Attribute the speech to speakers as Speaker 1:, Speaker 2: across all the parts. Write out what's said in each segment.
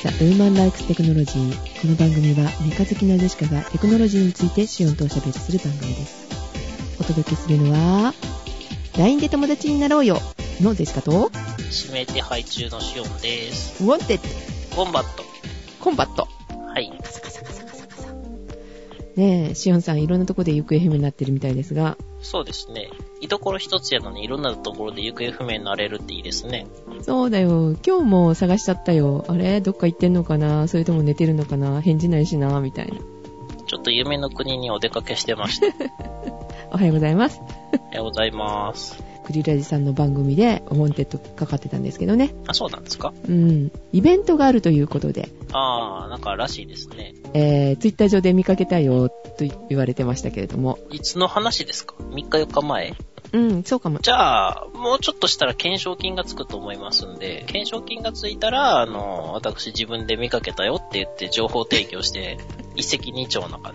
Speaker 1: 社ウーマンライクステクノロジー。この番組はメカ好きなジェシカがテクノロジーについてシオンとおしゃべりする番組です。お届けするのは、LINE で友達になろうよのジェシカと、
Speaker 2: 指名手配中のシオンです。
Speaker 1: ウォンテッ
Speaker 2: ボンバット。
Speaker 1: ドコンバット。
Speaker 2: はい。
Speaker 1: カサカサカサカサカサ。ねえ、シオンさんいろんなとこで行方不明になってるみたいですが、
Speaker 2: そうですね。居所一つやのにいろんなところで行方不明になれるっていいですね。
Speaker 1: そうだよ、今日も探しちゃったよ。あれどっか行ってんのかなそれとも寝てるのかな返事ないしなみたいな。
Speaker 2: ちょっと夢の国にお出かけしてました。
Speaker 1: おはようございます。
Speaker 2: おはようございます。
Speaker 1: クリラジさんの番組で、ホンテッドかかってたんですけどね。
Speaker 2: あ、そうなんですか
Speaker 1: うん。イベントがあるということで、
Speaker 2: あー、なんからしいですね。
Speaker 1: えー、ツイッター上で見かけたよ、と言われてましたけれども。
Speaker 2: いつの話ですか ?3 日4日前
Speaker 1: うん、そうかも。
Speaker 2: じゃあ、もうちょっとしたら懸賞金がつくと思いますんで、懸賞金がついたら、あの、私自分で見かけたよって言って情報提供して、一石二鳥な感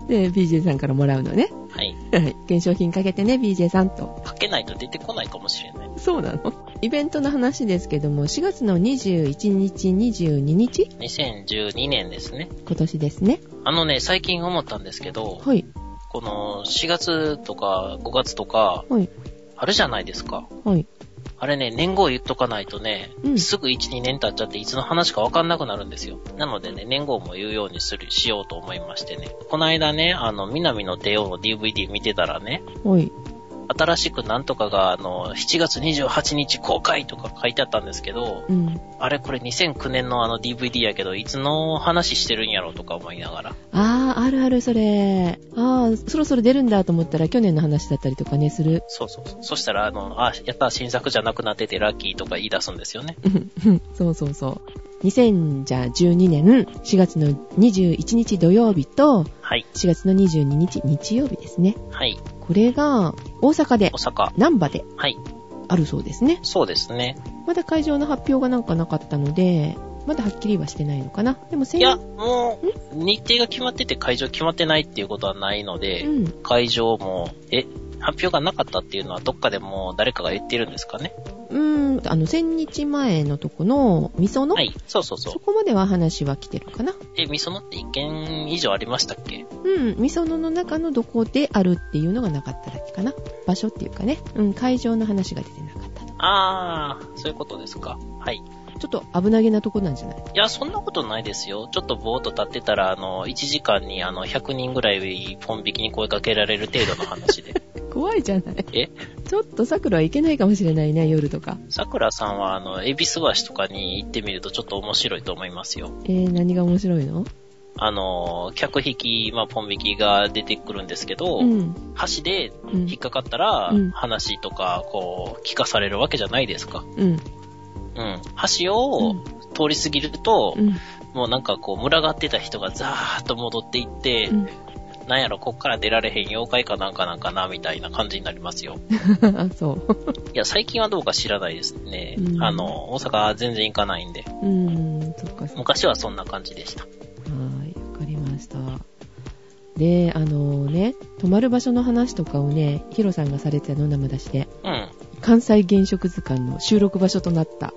Speaker 2: じで。
Speaker 1: で、BJ さんからもらうのね。
Speaker 2: はい。
Speaker 1: はい。 懸賞品かけてね、BJ さんと。
Speaker 2: かけないと出てこないかもしれない。
Speaker 1: そうなのイベントの話ですけども、4月の21日、22日
Speaker 2: 2012年ですね。
Speaker 1: 今年ですね。
Speaker 2: あのね、最近思ったんですけど、
Speaker 1: はい。
Speaker 2: この4月とか5月とか、
Speaker 1: はい。
Speaker 2: あるじゃないですか。
Speaker 1: はい。
Speaker 2: あれね、年号言っとかないとね、
Speaker 1: うん
Speaker 2: すぐ1、2年経っちゃっていつの話かわかんなくなるんですよ。なのでね、年号も言うようにする、しようと思いましてね。この間ね、あの、南の帝王の DVD 見てたらね、
Speaker 1: はい。
Speaker 2: 新しくなんとかが、あの、7月28日公開とか書いてあったんですけど、
Speaker 1: うん。
Speaker 2: あれこれ2009年のあの DVD やけど、いつの話してるんやろうとか思いながら。
Speaker 1: あー、あるある、それ。あー、そろそろ出るんだと思ったら、去年の話だったりとかね、する。
Speaker 2: そうそうそう。そしたら、あの、あ、やった、新作じゃなくなっててラッキーとか言い出すんですよね。
Speaker 1: うんうんそうそうそう。2012年4月の21日土曜日と
Speaker 2: はい。
Speaker 1: 4月の22日日曜日ですね。
Speaker 2: はい。
Speaker 1: これが大阪で
Speaker 2: 大、阪。
Speaker 1: 難波で
Speaker 2: はい。
Speaker 1: あるそうですね。
Speaker 2: そうですね。
Speaker 1: まだ会場の発表がなんかなかったので、まだはっきりはしてないのかな。でも
Speaker 2: い
Speaker 1: 先
Speaker 2: や、もう、日程が決まってて会場決まってないっていうことはないの
Speaker 1: う
Speaker 2: で、
Speaker 1: ん。
Speaker 2: 会場も、え、発表がなかったっていうのはどっかでもう誰かが言ってるんですかね。
Speaker 1: うん。あの、1000日前のとこの、みその、
Speaker 2: はい。そうそうそ
Speaker 1: そこまでは話は来てるかな。
Speaker 2: う。え、みそのって1件以上ありましたっけ
Speaker 1: うん、みそのの中のどこであるっていうのがなかっただけかな。場所っていうかね。うん、会場の話が出てなかったと。
Speaker 2: あー、そういうことですか。はい。い
Speaker 1: ちょっと危なげなとこなんじゃない
Speaker 2: や、そんなことないですよ。ちょっとぼーっと立ってたら、あの、1時間にあの、100人ぐらいポン引きに声かけられる程度の話 で。
Speaker 1: 怖いじゃない
Speaker 2: え
Speaker 1: ちょっと桜はいけないかもしれないね、夜とか。
Speaker 2: 桜さんは、あの、恵比寿橋とかに行ってみるとちょっと面白いと思いますよ。
Speaker 1: えー、何が面白いの
Speaker 2: あの、客引き、まあ、ポン引きが出てくるんですけど、
Speaker 1: うん。
Speaker 2: 橋で
Speaker 1: うん
Speaker 2: 引っ。かかったら、
Speaker 1: うん
Speaker 2: 話とか、こう、聞かされるわけじゃないですか。
Speaker 1: うん。
Speaker 2: うん。橋
Speaker 1: う
Speaker 2: を
Speaker 1: ん
Speaker 2: 通り過ぎると、
Speaker 1: うん。
Speaker 2: もうなんかこう、群がってた人がザーッと戻っていって、なんやろ、こっから出られへん妖怪かなんかなんかな、みたいな感じになりますよ。
Speaker 1: うん。あ、そう。
Speaker 2: いや、最近はどうか知らないですね。
Speaker 1: うん
Speaker 2: あの、大阪は全然行かないんで、
Speaker 1: うん、そっかそっか。
Speaker 2: 昔はそんな感じでした。
Speaker 1: はい、わかりました。で、あのね、泊まる場所の話とかをね、ヒロさんがされてたの、生出しで。
Speaker 2: うん。
Speaker 1: 関西原色図鑑の収録場所となった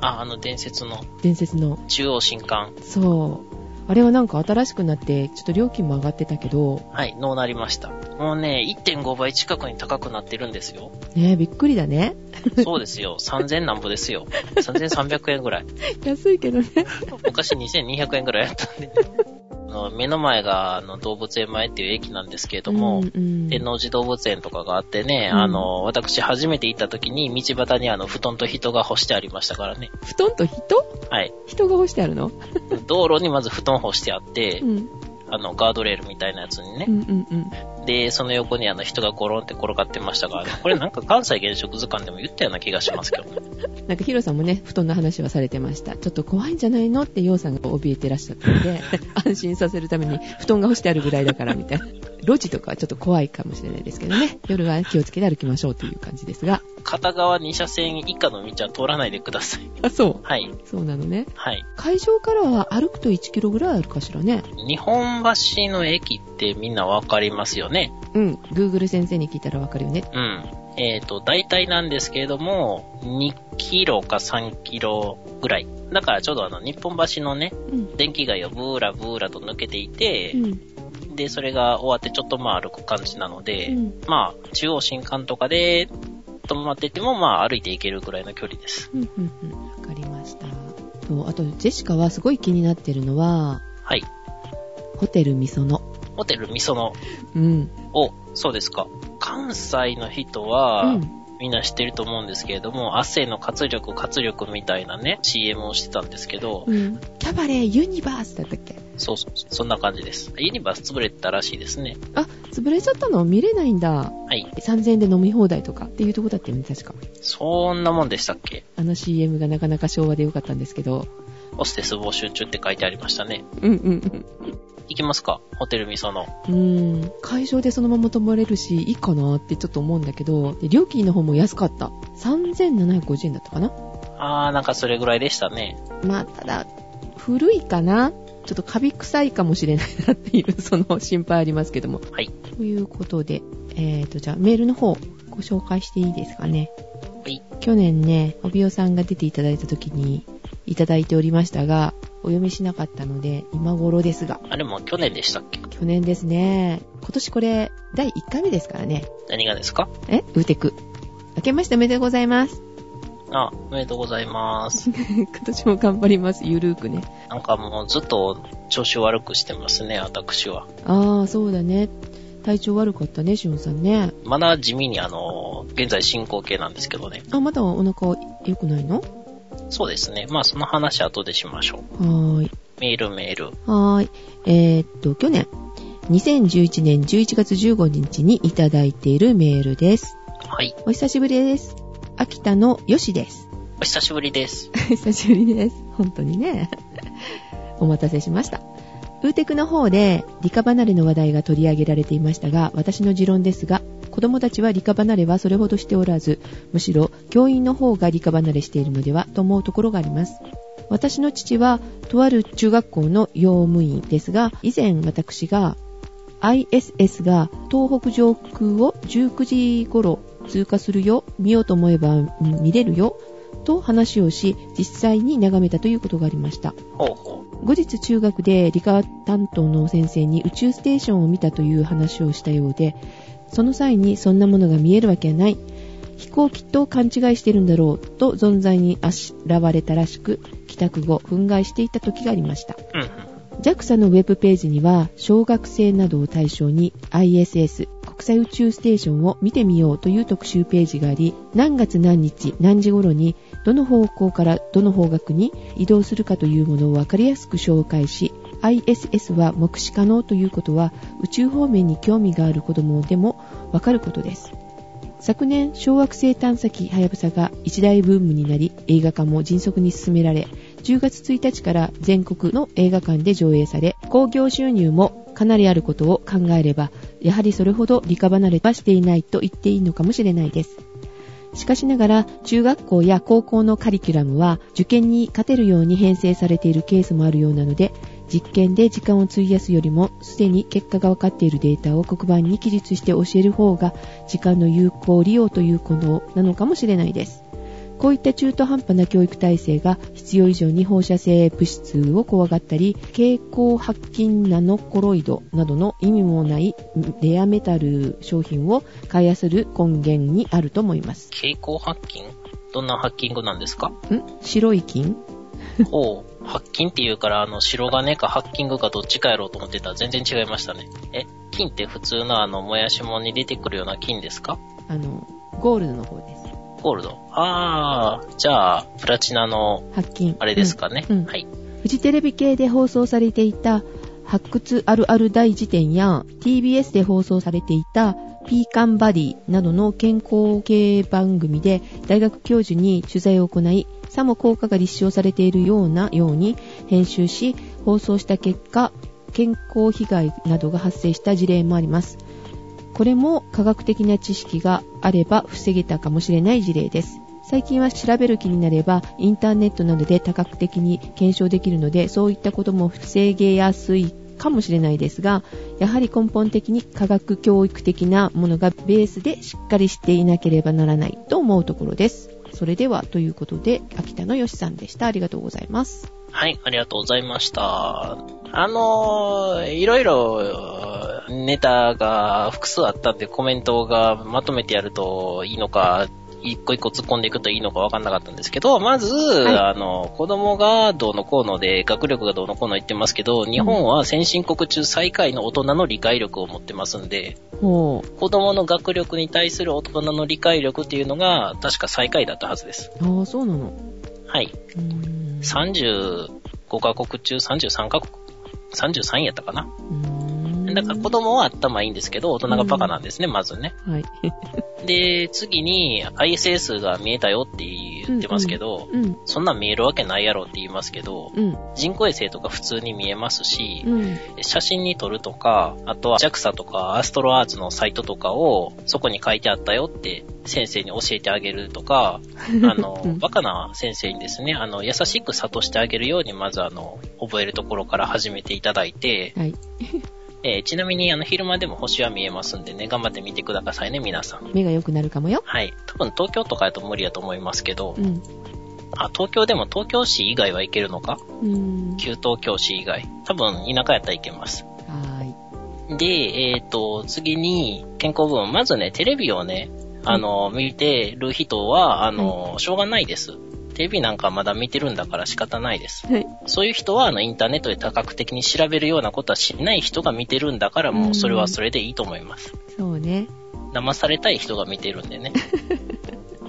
Speaker 2: あ、あの伝説の
Speaker 1: 伝説の
Speaker 2: 中央新刊。
Speaker 1: そう。あれはなんか新しくなって、ちょっと料金も上がってたけど、
Speaker 2: はい、のうなりました。もうね、1.5倍近くに高くなってるんで すよ。
Speaker 1: ねえ、びっくりだね。
Speaker 2: そうですよ。3000なんぼですよ。3300円ぐらい。
Speaker 1: 安いけどね。
Speaker 2: 昔2200円ぐらいやったんで。あの目の前があの動物園前っていう駅なんですけれど
Speaker 1: う
Speaker 2: も、
Speaker 1: んうん
Speaker 2: 天王寺動物園とかがあってね、
Speaker 1: うん
Speaker 2: あの、私初めて行った時に道端にあの布団と人が干してありましたからね。
Speaker 1: 布団と人
Speaker 2: はい。
Speaker 1: 人が干してあるの
Speaker 2: 道路にまず布団干してあって
Speaker 1: う、ん。
Speaker 2: あの、ガードレールみたいなやつに
Speaker 1: う
Speaker 2: ね。
Speaker 1: んうんうん。
Speaker 2: で、その横にあの人がゴロンって転がってまし たからね。これなんか関西原色図鑑でも言ったような気がしますけどね。
Speaker 1: なんかヒロさんもね、布団の話はされてました。ちょっと怖いんじゃないのってヨウさんが怯えてらっしゃったの で、安心させるために布団が干してあるぐらいだからみたいな。路地とかはちょっと怖いかもしれないですけどね。夜は気をつけて歩きましょうという感じですが。
Speaker 2: 片側2車線以下の道は通らないでください。
Speaker 1: あ、そう。
Speaker 2: はい。
Speaker 1: そうなのね。
Speaker 2: はい。
Speaker 1: 会場からは歩くと1キロぐらいあるかしらね。
Speaker 2: 日本橋の駅ってみんなわかりますよね。
Speaker 1: うん、Google 先生に聞いたらわかるよね。
Speaker 2: うん。えっ、と、大体なんですけれども、2キロか3キロぐらい。だからちょうどあの、日本橋のね、
Speaker 1: うん。
Speaker 2: 電気街をブーラブーラと抜けていて、
Speaker 1: うん。
Speaker 2: で、それが終わってちょっとまあ歩く感じなので、
Speaker 1: うん
Speaker 2: まあ、中央新幹とかで止まってても、まあ歩いていけるぐらいの距離です。
Speaker 1: うん。うん。うんわかりました。そうあと、ジェシカはすごい気になってるのは、
Speaker 2: はい。
Speaker 1: ホテルみその。
Speaker 2: ホテルみその、
Speaker 1: うん。
Speaker 2: お、そうですか。関西の人
Speaker 1: う
Speaker 2: は、
Speaker 1: ん。
Speaker 2: みんな知ってると思うんですけれども、汗の活力活力みたいなね、CM をしてたんですけど、
Speaker 1: うん。キャバレーユニバースだったっけ
Speaker 2: そうそうそう、そんな感じです。ユニバース潰れてたらしいですね。
Speaker 1: あ、潰れちゃったの見れないんだ。
Speaker 2: はい。
Speaker 1: 3000円で飲み放題とかっていうとこだったよね、確か。
Speaker 2: そんなもんでしたっけ
Speaker 1: あの CM がなかなか昭和でよかったんですけど。
Speaker 2: ホステス募集中って書いてありましたね。
Speaker 1: うんうん
Speaker 2: 行きますかホテルみその。
Speaker 1: うん。うん。会場でそのまま泊まれるし、いいかなってちょっと思うんだけど、で料金の方も安かった。3750円だったかな
Speaker 2: あー、なんかそれぐらいでしたね。
Speaker 1: まあ、ただ、古いかなちょっとカビ臭いかもしれないなっていう、その心配ありますけども。
Speaker 2: はい。
Speaker 1: ということで、えーと、じゃあメールの方、ご紹介していいですかね。
Speaker 2: はい。
Speaker 1: 去年ね、帯尾さんが出ていただいた時に、いただいておりましたが、お読みしなかったので、今頃ですが、
Speaker 2: あれも去年でしたっけ
Speaker 1: 去年ですね。今年これ、第1回目ですからね。
Speaker 2: 何がですか
Speaker 1: えウーテク。明けましておめでとうございます。
Speaker 2: あ、おめでとうございま す。
Speaker 1: 今年も頑張ります。ゆるーくね。
Speaker 2: なんかもうずっと調子悪くしてますね、私は。
Speaker 1: あー、そうだね。体調悪かったね、しおんさんね。
Speaker 2: まだ地味にあの、現在進行形なんですけどね。
Speaker 1: あ、まだお腹良くないの
Speaker 2: そうですね。まあその話後でしましょう。
Speaker 1: はーい。
Speaker 2: メールメール。
Speaker 1: はーい。えーっと、去年、2011年11月15日にいただいているメールです。
Speaker 2: はい。
Speaker 1: お久しぶりです。秋田のよしです。
Speaker 2: お久しぶりです。
Speaker 1: 久しぶりです。本当にね。 お待たせしました。ウーテクの方で理科離れの話題が取り上げられていましたが、私の持論ですが、子供たちは理科離れはそれほどしておらず、むしろ教員の方が理科離れしているのではと思うところがあります。私の父は、とある中学校の用務員ですが、以前私が ISS が東北上空を19時頃通過するよ、見ようと思えばうん見れるよ、と話をし、実際に眺めたということがありました。
Speaker 2: ほうほ
Speaker 1: 後日中学で理科担当の先生に宇宙ステーションを見たという話をしたようでその際にそんなものが見えるわけはない飛行機と勘違いしてるんだろうと存在にあしらわれたらしく帰宅後憤慨していた時がありました
Speaker 2: う。うんうん。
Speaker 1: JAXA のウェブページには小学生などを対象に ISS 国際宇宙ステーションを見てみようという特集ページがあり何月何日何時頃にどの方向からどの方角に移動するかというものを分かりやすく紹介し ISS は目視可能ということは宇宙方面に興味がある子どもでも分かることです昨年小惑星探査機はやぶさが一大ブームになり映画化も迅速に進められ10月1日から全国の映画館で上映され興行収入もかなりあることを考えればやはりそれほど理科離れはしていないと言っていいのかもしれないですしかしながら中学校や高校のカリキュラムは受験に勝てるように編成されているケースもあるようなので実験で時間を費やすよりもすでに結果が分かっているデータを黒板に記述して教える方が時間の有効利用ということなのかもしれないですこういった中途半端な教育体制が必要以上に放射性物質を怖がったり、蛍光白金ナノコロイドなどの意味もないレアメタル商品を買いあする根源にあると思います。
Speaker 2: 蛍光ハッキングどんなハッキングなんですか
Speaker 1: ん白い金
Speaker 2: ほう。ハッキンって言うから、あの、白金かハッキングかどっちかやろうと思ってたら全然違いましたね。え、金って普通のあの、もやしもんに出てくるような金ですか
Speaker 1: あの、ゴールドの方です。
Speaker 2: ゴールド。あー、じゃあ、プラチナの、
Speaker 1: 白金。
Speaker 2: あれですかね。
Speaker 1: うんうん
Speaker 2: はい。
Speaker 1: フジテレビ系で放送されていた発掘あるある大辞典や TBS で放送されていたピーカンバディなどの健康系番組で大学教授に取材を行い、さも効果が立証されているようなように編集し、放送した結果、健康被害などが発生した事例もあります。これも科学的な知識があれば防げたかもしれない事例です。最近は調べる気になればインターネットなどで多角的に検証できるのでそういったことも防げやすいかもしれないですがやはり根本的に科学教育的なものがベースでしっかりしていなければならないと思うところですそれでは、ということで、秋田のよしさんでした。ありがとうございます。
Speaker 2: はい、ありがとうございました。あのーいろいろネタが複数あったんでコメントがまとめてやるといいのか、一個一個突っ込んでいくといいのかわかんなかったんですけど、まず、
Speaker 1: い
Speaker 2: あの、子供がどうのこうので、学力がどうのこうの言ってますけど、日本は先進国中最下位の大人の理解力を持ってますんで、
Speaker 1: ほう。
Speaker 2: 子供の学力に対する大人の理解力っていうのが、確か最下位だったはずです。
Speaker 1: ああ、そうなの。
Speaker 2: はい。
Speaker 1: うーん。
Speaker 2: 35カ国中33カ国 ?33 やったかな
Speaker 1: うーん
Speaker 2: だから子供は頭いいんですけど、大人がバカなんですね、まずね。
Speaker 1: はい。
Speaker 2: で、次に ISS が見えたよって言ってますけど、
Speaker 1: うん。
Speaker 2: そんなん見えるわけないやろって言いますけど、
Speaker 1: うん。
Speaker 2: 人工衛星とか普通に見えますし、
Speaker 1: うん。
Speaker 2: 写真に撮るとか、あとは JAXA とかアストロアーツのサイトとかをそこに書いてあったよって先生に教えてあげるとか、あ
Speaker 1: う
Speaker 2: の
Speaker 1: ん、
Speaker 2: バカな先生にですね、あの、優しく諭してあげるようにまずあの、覚えるところから始めていただいて、
Speaker 1: はい。
Speaker 2: えーちなみにあの、昼間でも星は見えますんでね、頑張って見てくださいね、皆さん。
Speaker 1: 目が良くなるかもよ。
Speaker 2: はい。多分東京とかやと無理だと思いますけど
Speaker 1: う、ん。
Speaker 2: あ、東京でも東京市以外は行けるのか
Speaker 1: うん。
Speaker 2: 旧東京市以外。多分田舎やったら行けます。
Speaker 1: は
Speaker 2: で、えっ、と、次に、健康部分。まずね、テレビをね、あの、見てる人は、あの、しょうがないです。テレビなんかまだ見てるんだから仕方ないです。
Speaker 1: ーい。はい。
Speaker 2: そういう人は、あの、インターネットで多角的に調べるようなことはしない人が見てるんだから、もうそれはそれでいいと思います。
Speaker 1: そうね。
Speaker 2: 騙されたい人が見てるん でね。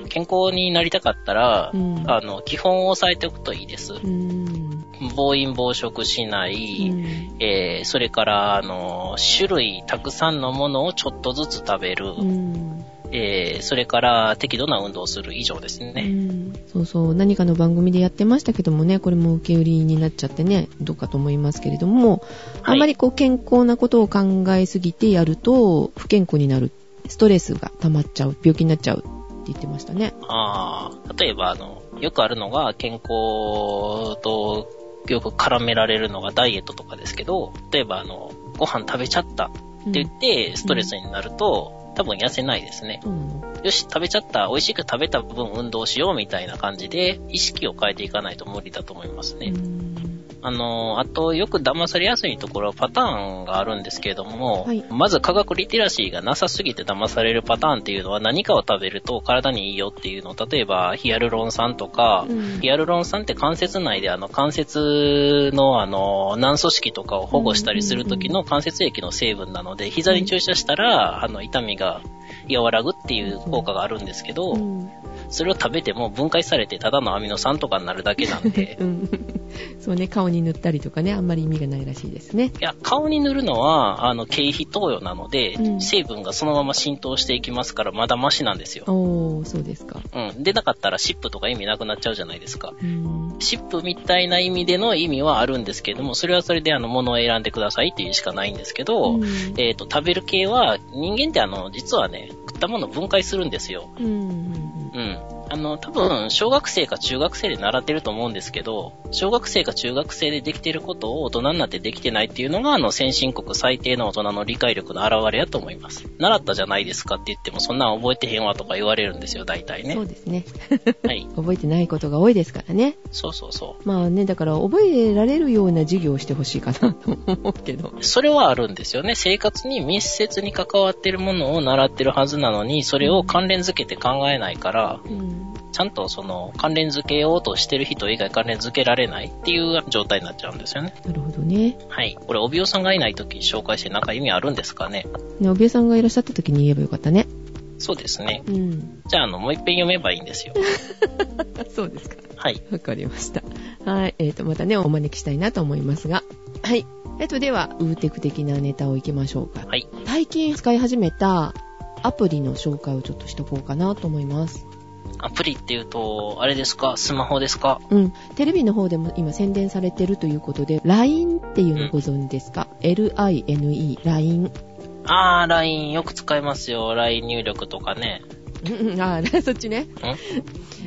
Speaker 2: 健康になりたかったら、
Speaker 1: うん
Speaker 2: あの、基本を押さえておくといいです。
Speaker 1: うーん。
Speaker 2: 暴飲暴食しない、えーそれから、あの、種類たくさんのものをちょっとずつ食べる。
Speaker 1: うん。
Speaker 2: えーそれから、適度な運動をする以上です
Speaker 1: う
Speaker 2: ね。
Speaker 1: んそうそう、何かの番組でやってましたけどもね、これも受け売りになっちゃってね、どうかと思いますけれども、
Speaker 2: はい
Speaker 1: あまりこう健康なことを考えすぎてやると、不健康になる、ストレスが溜まっちゃう、病気になっちゃうって言ってましたね。
Speaker 2: ああ、例えば、あの、よくあるのが、健康とよく絡められるのがダイエットとかですけど、例えば、あの、ご飯食べちゃったって
Speaker 1: うん
Speaker 2: 言って、ストレスになると、多分痩せないですね。
Speaker 1: そうなの
Speaker 2: よし、食べちゃった、美味しく食べた分運動しようみたいな感じで、意識を変えていかないと無理だと思いますね。
Speaker 1: うん
Speaker 2: あの、あと、よく騙されやすいところはパターンがあるんですけれども、
Speaker 1: はい
Speaker 2: まず科学リテラシーがなさすぎて騙されるパターンっていうのは何かを食べると体にいいよっていうのを、例えばヒアルロン酸とか、
Speaker 1: うん
Speaker 2: ヒアルロン酸って関節内であの関節のあの軟組織とかを保護したりする時の関節液の成分なので、膝に注射したらあの痛みが和らぐっていう効果があるんですけど、
Speaker 1: うん
Speaker 2: それを食べても分解されてただのアミノ酸とかになるだけなんで、
Speaker 1: うん、 そうね、顔に塗ったりとかね、あんまり意味がないらしいですね。
Speaker 2: いや、顔に塗るのは、あの、経費投与なので、
Speaker 1: うん
Speaker 2: 成分がそのまま浸透していきますから、まだマシなんですよ。
Speaker 1: おー、そうですか。
Speaker 2: うん。でなかったら、シップとか意味なくなっちゃうじゃないですか。
Speaker 1: うん
Speaker 2: シップみたいな意味での意味はあるんですけれども、それはそれで、あの、物を選んでくださいっていうしかないんですけど、
Speaker 1: うん
Speaker 2: えっ、と、食べる系は、人間ってあの、実はね、食ったものを分解するんですよ。
Speaker 1: うんうん
Speaker 2: うん。あの、多分、小学生か中学生で習ってると思うんですけど、小学生か中学生でできてることを大人になってできてないっていうのが、あの、先進国最低の大人の理解力の表れやと思います。習ったじゃないですかって言っても、そんなん覚えてへんわとか言われるんですよ、大体
Speaker 1: うん
Speaker 2: ね
Speaker 1: そ。うですね。
Speaker 2: はい。
Speaker 1: 覚えてないことが多いですからね。
Speaker 2: そうそうそ
Speaker 1: まあね、だから覚えられるような授業をしてほしいかなと思うけど。
Speaker 2: う。それはあるんですよね。生活に密接に関わってるものを習ってるはずなのに、それを関連づけて考えないから、
Speaker 1: うん。
Speaker 2: ちゃんとその、関連づけようとしてる人以外関連づけられないっていう状態になっちゃうんですよね。
Speaker 1: なるほどね。
Speaker 2: はい。これ、帯尾さんがいない時に紹介してなんか意味あるんですかね
Speaker 1: ね、おびえさんがいらっしゃった時に言えばよかったね。
Speaker 2: そうですね。
Speaker 1: うん。
Speaker 2: じゃあ、あの、もう一遍読めばいいんですよ。
Speaker 1: そうですか。
Speaker 2: はい。
Speaker 1: わかりました。はい。えっ、と、またね、お招きしたいなと思いますが。はい。えっ、と、では、ウーテク的なネタをいきましょうか。
Speaker 2: はい。
Speaker 1: 最近使い始めたアプリの紹介をちょっとしとこうかなと思います。
Speaker 2: アプリっていうと、あれですかスマホですか
Speaker 1: うん。テレビの方でも今宣伝されてるということで、LINE っていうのご存知ですか、?L-I-N-E、LINE。
Speaker 2: あー、LINE よく使いますよ。LINE 入力とかね。
Speaker 1: うんうんあ ーそっちね。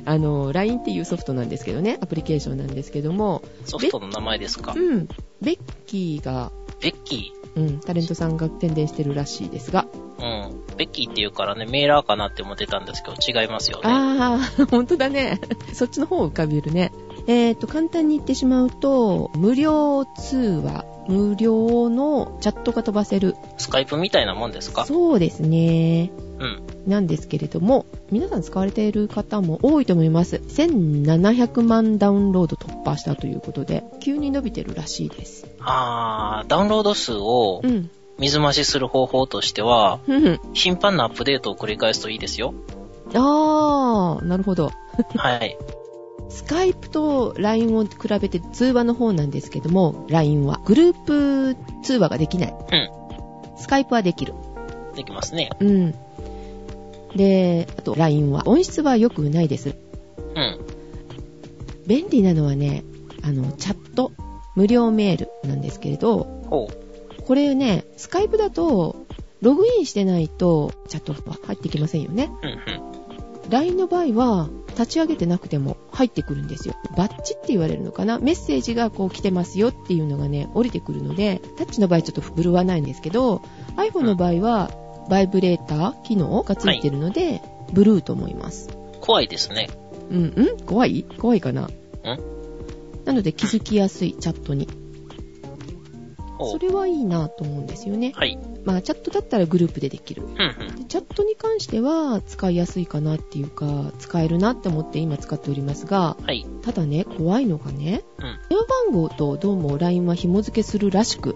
Speaker 1: あの、LINE っていうソフトなんですけどね、アプリケーションなんですけども、
Speaker 2: ソフトの名前ですか
Speaker 1: うん、ベッキーが、
Speaker 2: ベッキ
Speaker 1: うん、タレントさんが宣伝してるらしいですが、
Speaker 2: ー。うん。ベッキーっていうからね、メーラーかなって思ってたんですけど、違いますよね。
Speaker 1: ああ、本当だね。 そっちの方を浮かびるね。えっ、と、簡単に言ってしまうと、無料通話、無料のチャットが飛ばせる。
Speaker 2: スカイプみたいなもんですか
Speaker 1: そうですね。
Speaker 2: うん。
Speaker 1: なんですけれども、皆さん使われている方も多いと思います。1700万ダウンロード突破したということで、急に伸びてるらしいです。
Speaker 2: あー、ダウンロード数を
Speaker 1: うん。
Speaker 2: 水増しする方法としては、
Speaker 1: ふんふん。
Speaker 2: 頻繁なアップデートを繰り返すといいですよ。
Speaker 1: あー、なるほど。
Speaker 2: はい。
Speaker 1: スカイプと LINE を比べて通話の方なんですけども、LINE はグループ通話ができない。
Speaker 2: うん
Speaker 1: スカイプはできる。
Speaker 2: できますね。
Speaker 1: うん。で、あと LINE は音質は良くないです。
Speaker 2: うん。
Speaker 1: 便利なのはね、あの、チャット、無料メールなんですけれど、
Speaker 2: ほう。
Speaker 1: これね、スカイプだと、ログインしてないと、チャットは入ってきませんよね。
Speaker 2: うんうん。
Speaker 1: LINE の場合は、立ち上げてなくても入ってくるんですよ。バッチって言われるのかなメッセージがこう来てますよっていうのがね、降りてくるので、タッチの場合ちょっと振るわないんですけど、iPhone の場合は、バイブレーター機能がついてるので、ブルーと思います。
Speaker 2: 怖いですね。
Speaker 1: うんうん怖い怖いかななので気づきやすいチャットに。
Speaker 2: ほ。
Speaker 1: そうれはいいなと思うんですよね。
Speaker 2: はい。
Speaker 1: まあチャットだったらグループでできる。
Speaker 2: うんうん。
Speaker 1: でチャットに関しては使いやすいかなっていうか使えるなって思って今使っておりますが
Speaker 2: はい。
Speaker 1: ただね怖いのがね
Speaker 2: うん。
Speaker 1: 電話番号とどうも LINE は紐付けするらしく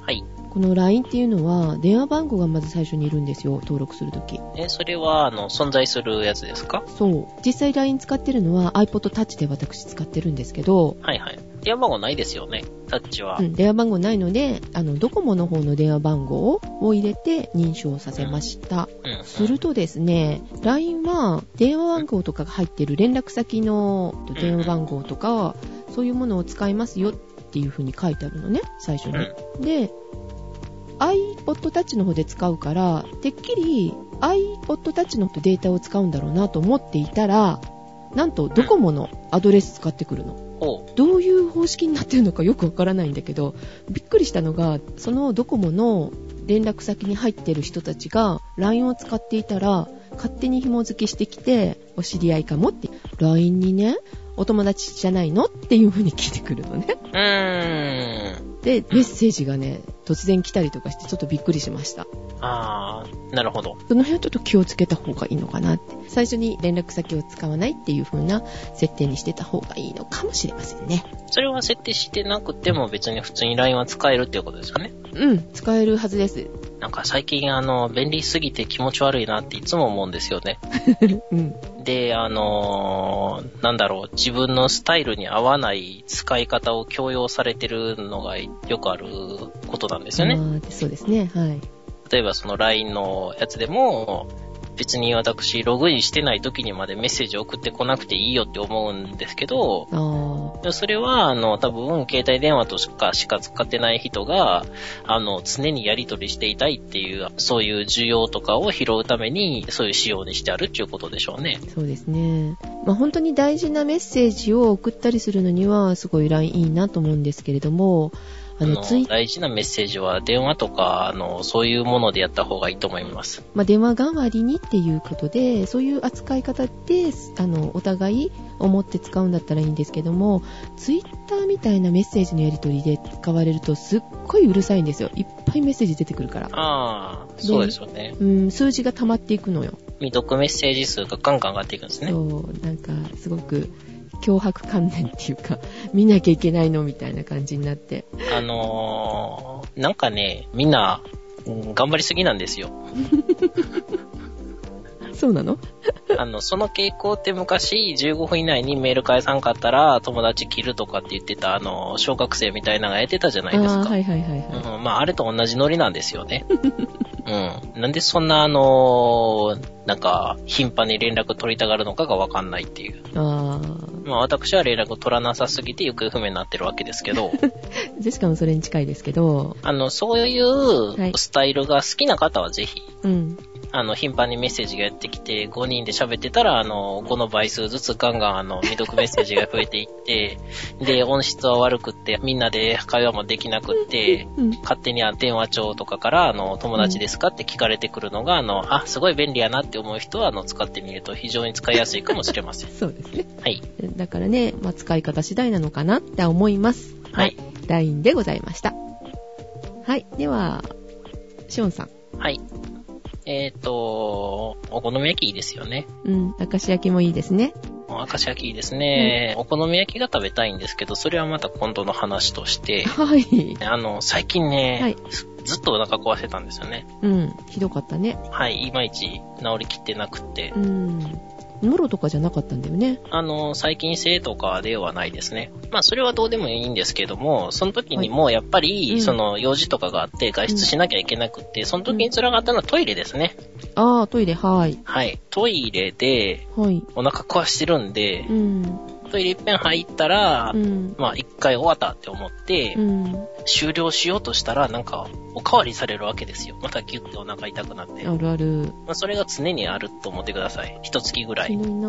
Speaker 2: はい。
Speaker 1: この LINE っていうのは電話番号がまず最初にいるんですよ登録するとき
Speaker 2: え、それは、あの、存在するやつですか
Speaker 1: そう実際 LINE 使ってるのは iPod Touch で私使ってるんですけど
Speaker 2: はいはい。電話番号ないですよね。タッチは。
Speaker 1: うん、電話番号ないので、あの、ドコモの方の電話番号を入れて認証させました。
Speaker 2: うん
Speaker 1: するとですね、LINE は電話番号とかが入ってる連絡先の電話番号とか、そういうものを使いますよっていう風に書いてあるのね、最初
Speaker 2: うん。
Speaker 1: に。で、iPod Touch の方で使うから、てっきり iPod Touch のデータを使うんだろうなと思っていたら、なんとドコモのアドレス使ってくるの。
Speaker 2: ほう。
Speaker 1: どういう方式になってるのかよくわからないんだけどびっくりしたのがそのドコモの連絡先に入ってる人たちが LINE を使っていたら勝手に紐付けしてきてお知り合いかもって LINE にねお友達じゃないのっていう風に聞いてくるのね
Speaker 2: うーん。
Speaker 1: でメッセージがね突然来たりとかしてちょっとびっくりしました
Speaker 2: あー、なるほど。
Speaker 1: その辺はちょっと気をつけた方がいいのかなって最初に連絡先を使わないっていう風な設定にしてた方がいいのかもしれませんね
Speaker 2: それは設定してなくても別に普通に LINE は使えるっていうことですよね。
Speaker 1: うん使えるはずです
Speaker 2: なんか最近あの、便利すぎて気持ち悪いなっていつも思うんですよね。
Speaker 1: うん
Speaker 2: で、あのーなんだろう、自分のスタイルに合わない使い方を強要されてるのがよくあることなんですよね。
Speaker 1: あーそうですね。はい。
Speaker 2: 例えばその LINE のやつでも、別に私、ログインしてない時にまでメッセージ送ってこなくていいよって思うんですけど、
Speaker 1: あ
Speaker 2: でもそれは、あの、多分、携帯電話としかしか使ってない人が、あの、常にやり取りしていたいっていう、そういう需要とかを拾うために、そういう仕様にしてあるっていうことでしょうね。
Speaker 1: あ、そうですね。まあ本当に大事なメッセージを送ったりするのには、すごい LINE いいなと思うんですけれども、あ
Speaker 2: あ
Speaker 1: の、
Speaker 2: の
Speaker 1: ツイ
Speaker 2: 大事なメッセージは電話とか、あの、そういうものでやった方がいいと思います。
Speaker 1: まあ電話代わりにっていうことで、そういう扱い方で、あの、お互い思って使うんだったらいいんですけども、ツイッターみたいなメッセージのやり取りで使われると、すっごいうるさいんですよ。いっぱいメッセージ出てくるから。
Speaker 2: ああ、そうですよね。
Speaker 1: うん、数字が溜まっていくのよ。
Speaker 2: 未読メッセージ数がガンガン上がっていくんですね。
Speaker 1: そうなんかすごく脅迫観念っていうか 見なきゃいけないのみたいな感じになって
Speaker 2: あのー、なんかね、みんな、うん頑張りすぎなんですよ。
Speaker 1: そうなの
Speaker 2: あの、その傾向って昔、15分以内にメール返さんかったら、友達切るとかって言ってた、あの、小学生みたいなのがやってたじゃないです
Speaker 1: あー
Speaker 2: か。
Speaker 1: はいはいはいはい、
Speaker 2: うん、まあ、あれと同じノリなんですよ ね。うん。なんでそんな、あのーなんか、頻繁に連絡取りたがるのかがわかんないっていう。
Speaker 1: あ
Speaker 2: まあ、私は連絡を取らなさすぎて行方不明になってるわけですけ ど、
Speaker 1: ージェシカもそれに近いですけど
Speaker 2: あの、そうい
Speaker 1: はいう
Speaker 2: スタイルが好きな方はぜひ、
Speaker 1: うん
Speaker 2: あの、頻繁にメッセージがやってきて、5人で喋ってたら、あの、5の倍数ずつガンガン、あの、未読メッセージが増えていって、で、音質は悪くって、みんなで会話もできなくって、
Speaker 1: うん。
Speaker 2: 勝手にあ電話帳とかから、あの、友達ですかって聞かれてくるのが、あの、あ、すごい便利やなって思う人は、あの、使ってみると非常に使いやすいかもしれません
Speaker 1: そうですね。
Speaker 2: はい。
Speaker 1: だからね、まあ、使い方次第なのかなって思います。
Speaker 2: はい。
Speaker 1: LINE でございました。はい。では、シオンさん。
Speaker 2: はい。えっ、と、お好み焼きいいですよね。
Speaker 1: うん。明石焼きもいいですね。
Speaker 2: 明石焼きいいですね、お好み焼きが食べたいんですけど、それはまた今度の話として、
Speaker 1: はい。
Speaker 2: あの、最近ね、
Speaker 1: はい
Speaker 2: ずっとお腹壊してたんですよね。
Speaker 1: うん。ひどかったね。
Speaker 2: はい、いまいち治りきってなくて
Speaker 1: う。ん。もろとかじゃなかったんだよね。
Speaker 2: あの、最近性とかではないですね。まあ、それはどうでもいいんですけども、その時にもうやっぱり、
Speaker 1: うん
Speaker 2: その、用事とかがあって外出しなきゃいけなくて、その時に辛かったのはトイレですね。
Speaker 1: ああ、トイレ、はい。
Speaker 2: はい。トイレで、
Speaker 1: はい。
Speaker 2: お腹壊してるんで
Speaker 1: う、ん。
Speaker 2: トイレ一遍入ったら、
Speaker 1: うん。
Speaker 2: まあ、一回終わったって思って、
Speaker 1: うん。
Speaker 2: 終了しようとしたら、なんか、おかわりされるわけですよ。またギュッてお腹痛くなって。
Speaker 1: あるある。
Speaker 2: まあ、それが常にあると思ってください。一月ぐら
Speaker 1: ひ
Speaker 2: い。
Speaker 1: どいな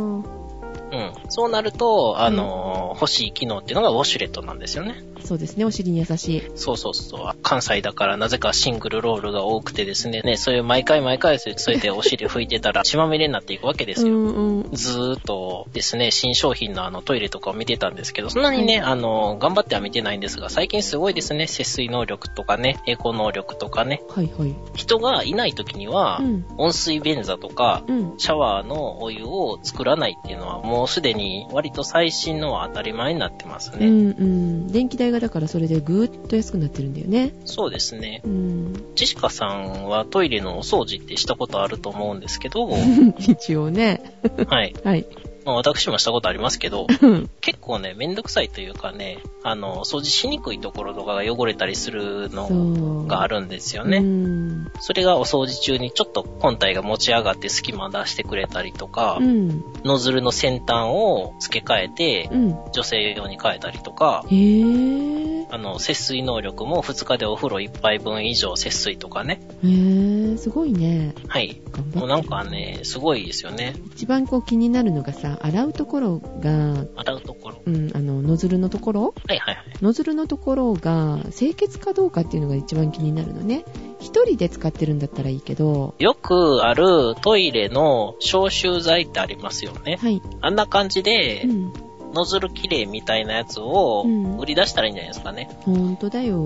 Speaker 2: うん。そうなると、あのー欲しい機能っていうのがウォシュレットなんですよね。
Speaker 1: そうですね。お尻に優しい。
Speaker 2: そうそうそう。関西だからなぜかシングルロールが多くてですね、ね、そういう毎回毎回そうやってお尻拭いてたら 血まみれになっていくわけです
Speaker 1: う
Speaker 2: よ。
Speaker 1: んうん。
Speaker 2: ずーっとですね、新商品のあのトイレとかを見てたんですけど、そんなにね、あのー、頑張っては見てないんですが、最近すごいですね、節水能力とかね、エコ能力とかね、
Speaker 1: はいはい。
Speaker 2: 人がいない時には
Speaker 1: う、ん。
Speaker 2: 温水便座とか、
Speaker 1: うん。
Speaker 2: シャワーのお湯を作らないっていうのはもうすでに割と最新のは当たり前になってます
Speaker 1: う
Speaker 2: ね。
Speaker 1: んうん。電気代がだからそれでぐーっと安くなってるんだよね。
Speaker 2: そうですね。
Speaker 1: うん。
Speaker 2: ジェシカさんはトイレのお掃除ってしたことあると思うんですけど、
Speaker 1: 一応ね。
Speaker 2: はい。
Speaker 1: はい。
Speaker 2: まあ私もしたことありますけど、
Speaker 1: うん。
Speaker 2: 結構ね、めんどくさいというかね、あの、掃除しにくいところとかが汚れたりするの
Speaker 1: そう。
Speaker 2: があるんですよ
Speaker 1: う
Speaker 2: ね。
Speaker 1: ん。
Speaker 2: それがお掃除中にちょっと本体が持ち上がって隙間出してくれたりとか
Speaker 1: う、ん。
Speaker 2: ノズルの先端を付け替えて、
Speaker 1: うん。
Speaker 2: 女性用に変えたりとか、
Speaker 1: へぇー。
Speaker 2: あの、節水能力も2日でお風呂1杯分以上節水とかね。
Speaker 1: へぇー。すごいね。
Speaker 2: はい。
Speaker 1: 頑張
Speaker 2: も
Speaker 1: っ
Speaker 2: う
Speaker 1: て。
Speaker 2: なんかね、すごいですよね。
Speaker 1: 一番こう気になるのがさ、洗うところが、
Speaker 2: 洗うところ。
Speaker 1: うん、あの、ノズルのところ
Speaker 2: はいはいはい。
Speaker 1: ノズルのところが清潔かどうかっていうのが一番気になるのね。一人で使ってるんだったらいいけど、
Speaker 2: よくあるトイレの消臭剤ってありますよね。
Speaker 1: はい。
Speaker 2: あんな感じで
Speaker 1: う、ん。
Speaker 2: ノズルきれいみたいなやつを
Speaker 1: うん
Speaker 2: 売り出したらいいんじゃないですかね。
Speaker 1: ほんとだよ。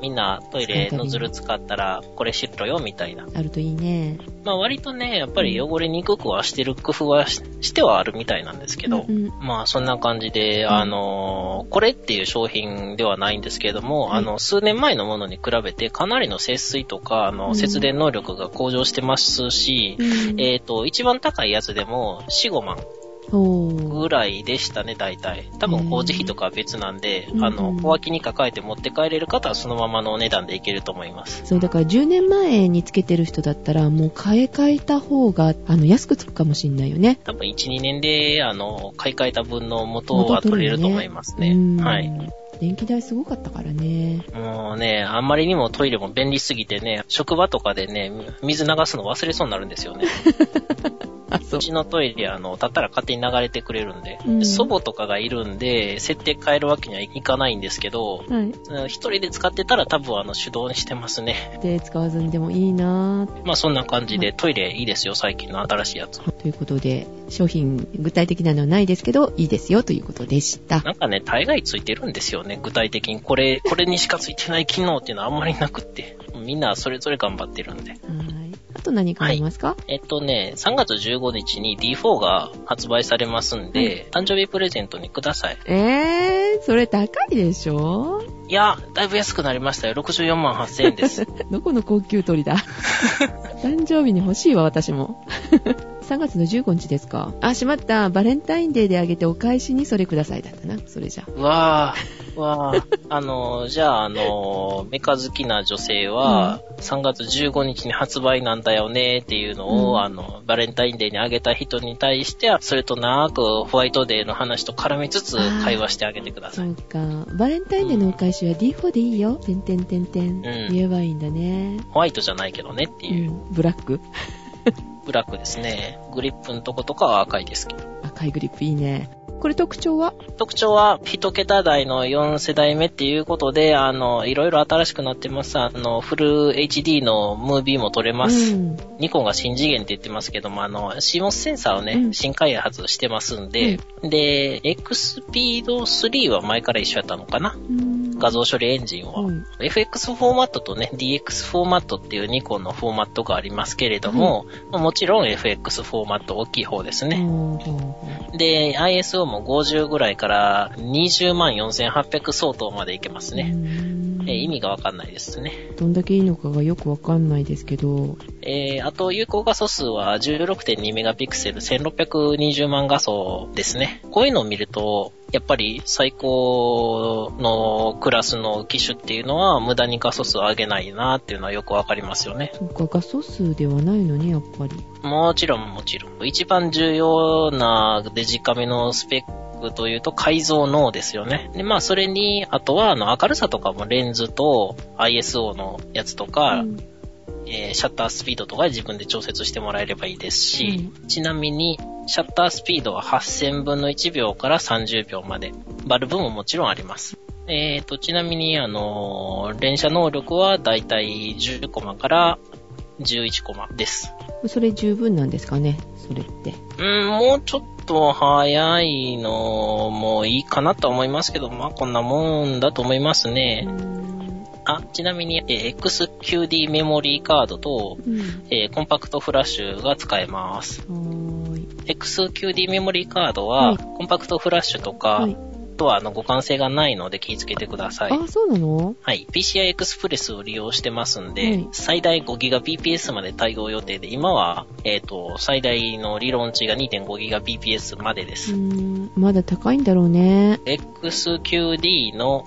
Speaker 2: みんなトイレノズル使ったらこれ知っろよみたいな。
Speaker 1: あるといいね。
Speaker 2: まあ割とね、やっぱり汚れにくくはしてる工夫はししてはあるみたいなんですけど
Speaker 1: う、んうん
Speaker 2: まあそんな感じで、あのーこれっていう商品ではないんですけれども、
Speaker 1: はい
Speaker 2: あの、数年前のものに比べてかなりの節水とか、あ
Speaker 1: う
Speaker 2: の、
Speaker 1: ん
Speaker 2: 節電能力が向上してますし、
Speaker 1: うん
Speaker 2: えっ、と、一番高いやつでも4、5万
Speaker 1: ほう。
Speaker 2: ぐらいでしたね、大体。多分工事費とかは別なんで、
Speaker 1: うん
Speaker 2: あの、小脇に抱えて持って帰れる方はそのままのお値段でいけると思います。
Speaker 1: そう、だから10年前につけてる人だったら、もう買い替えた方が、あの、安くつくかもしんないよね。
Speaker 2: 多分1、2年で、あの、買い替えた分の元は取れると思いますね。
Speaker 1: うん
Speaker 2: はい。。
Speaker 1: 電気代すごかったからね。
Speaker 2: もうね、あんまりにもトイレも便利すぎてね、職場とかでね、水流すの忘れそうになるんですよね。
Speaker 1: あ、そう
Speaker 2: ちのトイレ、あの、立ったら勝手に流れてくれるんで、
Speaker 1: うん
Speaker 2: 祖母とかがいるんで、設定変えるわけにはいかないんですけど、
Speaker 1: はい。
Speaker 2: うん一人で使ってたら多分あの手動にしてますね。
Speaker 1: で、使わずにでもいいなぁ。
Speaker 2: まあそんな感じでトイレいいですよ、最近の新しいやつ。
Speaker 1: ということで、商品、具体的なのはないですけど、いいですよということでした。
Speaker 2: なんかね、大概ついてるんですよね、具体的に。これ、 これにしかついてない機能っていうのはあんまりなくって。みんなそれぞれ頑張ってるんで。
Speaker 1: はい。あと何かありますか、
Speaker 2: えっとね、3月15日に D4 が発売されますんで、誕生日プレゼントにください。
Speaker 1: えー、それ高いでしょ
Speaker 2: いや、だいぶ安くなりましたよ。64万8000円です。
Speaker 1: どこの高級鳥だ 誕生日に欲しいわ、私も。3月の15日ですか。あ、しまった。バレンタインデーであげてお返しにそれくださいだったな。それじゃ。
Speaker 2: うわぁ、うわぁ。あの、じゃあ、あの、メカ好きな女性は、3月15日に発売なんだよねっていうのを、
Speaker 1: うん
Speaker 2: あの、バレンタインデーにあげた人に対して、それと長くホワイトデーの話と絡みつつ
Speaker 1: あー
Speaker 2: 会話してあげてくださ
Speaker 1: そ
Speaker 2: い。
Speaker 1: うか。バレンタインデーのお返しは D4 でいいよ。てんてんてんてん。言えばいいんだね。
Speaker 2: ホワイトじゃないけどねって
Speaker 1: う
Speaker 2: いう。
Speaker 1: ん。ブラック
Speaker 2: ブラックですね。グリップのとことかは赤いですけど。
Speaker 1: 赤いグリップいいね。これ特徴は
Speaker 2: 特徴は一桁台の4世代目っていうことで、あの、いろいろ新しくなってます。あの、フル HD のムービーも撮れます。
Speaker 1: うん
Speaker 2: ニコンが新次元って言ってますけども、あの、CMOS センサーをね、
Speaker 1: うん
Speaker 2: 新開発してますんで、で、XPEED3 は前から一緒やったのかな
Speaker 1: うん
Speaker 2: 画像処理エンジンは。
Speaker 1: うん
Speaker 2: FX フォーマットとね、DX フォーマットっていうニコンのフォーマットがありますけれども、まあもちろん FX フォーマット大きい方ですね。
Speaker 1: ほうほうほ
Speaker 2: で、ISO も50ぐらいから20万4800相当までいけます
Speaker 1: う
Speaker 2: ね。
Speaker 1: うん
Speaker 2: えー意味がわかんないですね。
Speaker 1: どんだけいいのかがよくわかんないですけど、
Speaker 2: えーあと有効画素数は16.2メガピクセル1620万画素ですね。こういうのを見ると、やっぱり最高のクラスの機種っていうのは無駄に画素数を上げないなっていうのはよくわかりますよね。
Speaker 1: そうか、画素数ではないのに、やっぱり。
Speaker 2: もちろんもちろん。一番重要なデジカメのスペックというと改造脳ですよね。で、まあそれに、あとはあの明るさとかもレンズと ISO のやつとか、
Speaker 1: うん
Speaker 2: えーシャッタースピードとかで自分で調節してもらえればいいですし、
Speaker 1: う
Speaker 2: ちなみにシャッタースピードは8000分の1秒から30秒まで。バルブももちろんあります。えーと、ちなみに、あのー連射能力はだいたい10コマから11コマです。
Speaker 1: それ十分なんですかね、それって。
Speaker 2: うん、もうちょっと早いのもいいかなとは思いますけど、まあこんなもんだと思いますね。あ、ちなみに、えー XQD メモリーカードと、
Speaker 1: うん
Speaker 2: えーコンパクトフラッシュが使えます。
Speaker 1: はーい
Speaker 2: XQD メモリーカード
Speaker 1: は、
Speaker 2: はいコンパクトフラッシュとか、
Speaker 1: はい
Speaker 2: あとはあの互換性がないので気をつけてください。
Speaker 1: あ、そうなの
Speaker 2: はい。PCI エクスプレスを利用してますんで、
Speaker 1: はい
Speaker 2: 最大 5GBps まで対応予定で、今は、えっ、と、最大の理論値が 2.5GBps までで
Speaker 1: う
Speaker 2: す。
Speaker 1: んまだ高いんだろうね。
Speaker 2: XQD の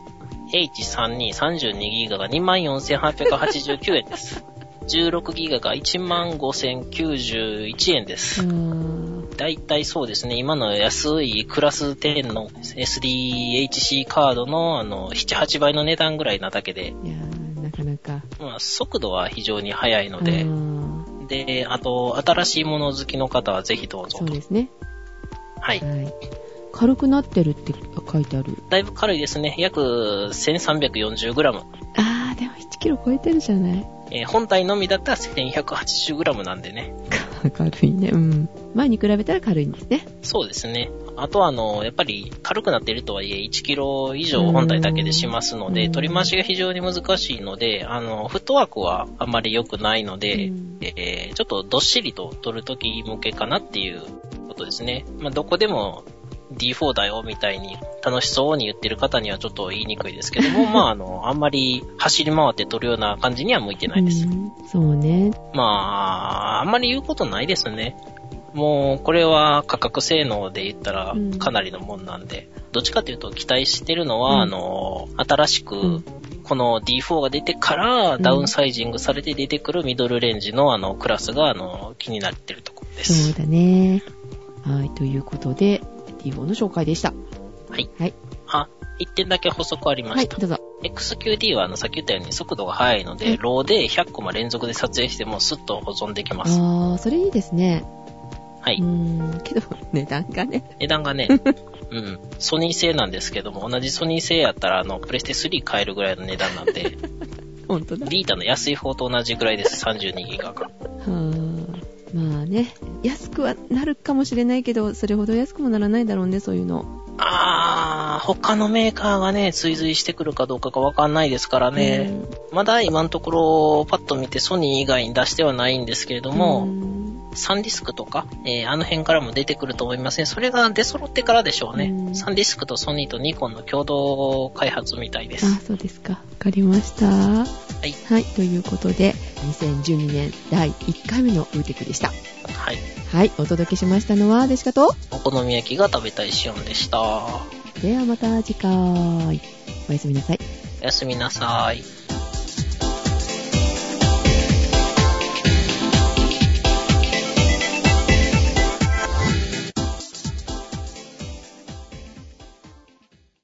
Speaker 2: H3232GB が24,889 円です。16GB が15,091円で
Speaker 1: あ
Speaker 2: す。
Speaker 1: ー
Speaker 2: だいたいそうですね、今の安いクラス10の SDHC カードのあの、7、8倍の値段ぐらいなだけで、
Speaker 1: いやーなかなか。
Speaker 2: まあ、速度は非常に速いの
Speaker 1: あ
Speaker 2: で、
Speaker 1: ー
Speaker 2: で、あと、新しいもの好きの方はぜひどうぞ
Speaker 1: そう。ですね。
Speaker 2: はい。
Speaker 1: はい。軽くなってるって書いてある。
Speaker 2: だいぶ軽いですね。約 1340g。
Speaker 1: あー、でも1キロ超えてるじゃない。
Speaker 2: えー本体のみだったら 1180g なんでね。
Speaker 1: 軽いね。うん。前に比べたら軽いんですね。
Speaker 2: そうですね。あとは、あの、やっぱり軽くなっているとはいえ、1キロ以
Speaker 1: う
Speaker 2: 上
Speaker 1: ん
Speaker 2: 本体だけでしますの
Speaker 1: う
Speaker 2: で、
Speaker 1: ん
Speaker 2: 取り回しが非常に難しいので、あの、フットワークはあまり良くないので、
Speaker 1: うん
Speaker 2: えーちょっとどっしりと取るとき向けかなっていうことですね。まあ、どこでも D4 だよみたいに楽しそうに言ってる方にはちょっと言いにくいですけ ども、まあ、あの、あんまり走り回って取るような感じには向いてないです。
Speaker 1: うんそうね。
Speaker 2: まあ、あんまり言うことないですね。もう、これは価格性能で言ったら
Speaker 1: うん
Speaker 2: かなりのもんなんで、どっちかというと期待してるのは、
Speaker 1: うん
Speaker 2: あの、新し
Speaker 1: うん
Speaker 2: く、この D4 が出てから、
Speaker 1: うん
Speaker 2: ダウンサイジングされて出てくるミドルレンジのあの、クラスが、あの、気になってるところで
Speaker 1: そう
Speaker 2: す。
Speaker 1: だね。はい、ということで、D4 の紹介でした。
Speaker 2: はい。
Speaker 1: はい。
Speaker 2: あ、一点だけ補足ありま
Speaker 1: はい、
Speaker 2: した。
Speaker 1: どうぞ。
Speaker 2: XQD は、あの、さっき言ったように速度が速いの
Speaker 1: は
Speaker 2: で、
Speaker 1: い
Speaker 2: ローで100コマ連続で撮影してもスッと保存できます。
Speaker 1: あー、それいいですね。。
Speaker 2: はいう
Speaker 1: ーん、けど、値段がね。
Speaker 2: 値段 がね、うん、ソニー製なんですけども、同じソニー製やったら、あの、プレステ3買えるぐらいの値段なん で、
Speaker 1: ほんとだ。
Speaker 2: ビータの安い方と同じぐらいです、32ギガ
Speaker 1: は
Speaker 2: が。
Speaker 1: ー。まあね、安くはなるかもしれないけど、それほど安くもならないだろうね、そういうの。
Speaker 2: あー、他のメーカーがね、追随してくるかどうかがわかんないですからね、まだ今のところ、パッと見てソニー以外に出してはないんですけれど
Speaker 1: うん、
Speaker 2: も、
Speaker 1: うん
Speaker 2: サンディスクとか、えーあの辺からも出てくると思いますね。それが出揃ってからでしょうね。
Speaker 1: うん
Speaker 2: サンディスクとソニーとニコンの共同開発みたいです。
Speaker 1: あ、そうですか。わかりました。はいはい、ということで、2012年第1回目のウーテクでした。
Speaker 2: はい。
Speaker 1: はい、お届けしましたのは、デシカと、
Speaker 2: お好み焼きが食べたいシオンでした。お
Speaker 1: ではまた次回。おやすみなさい。
Speaker 2: やすみなさい。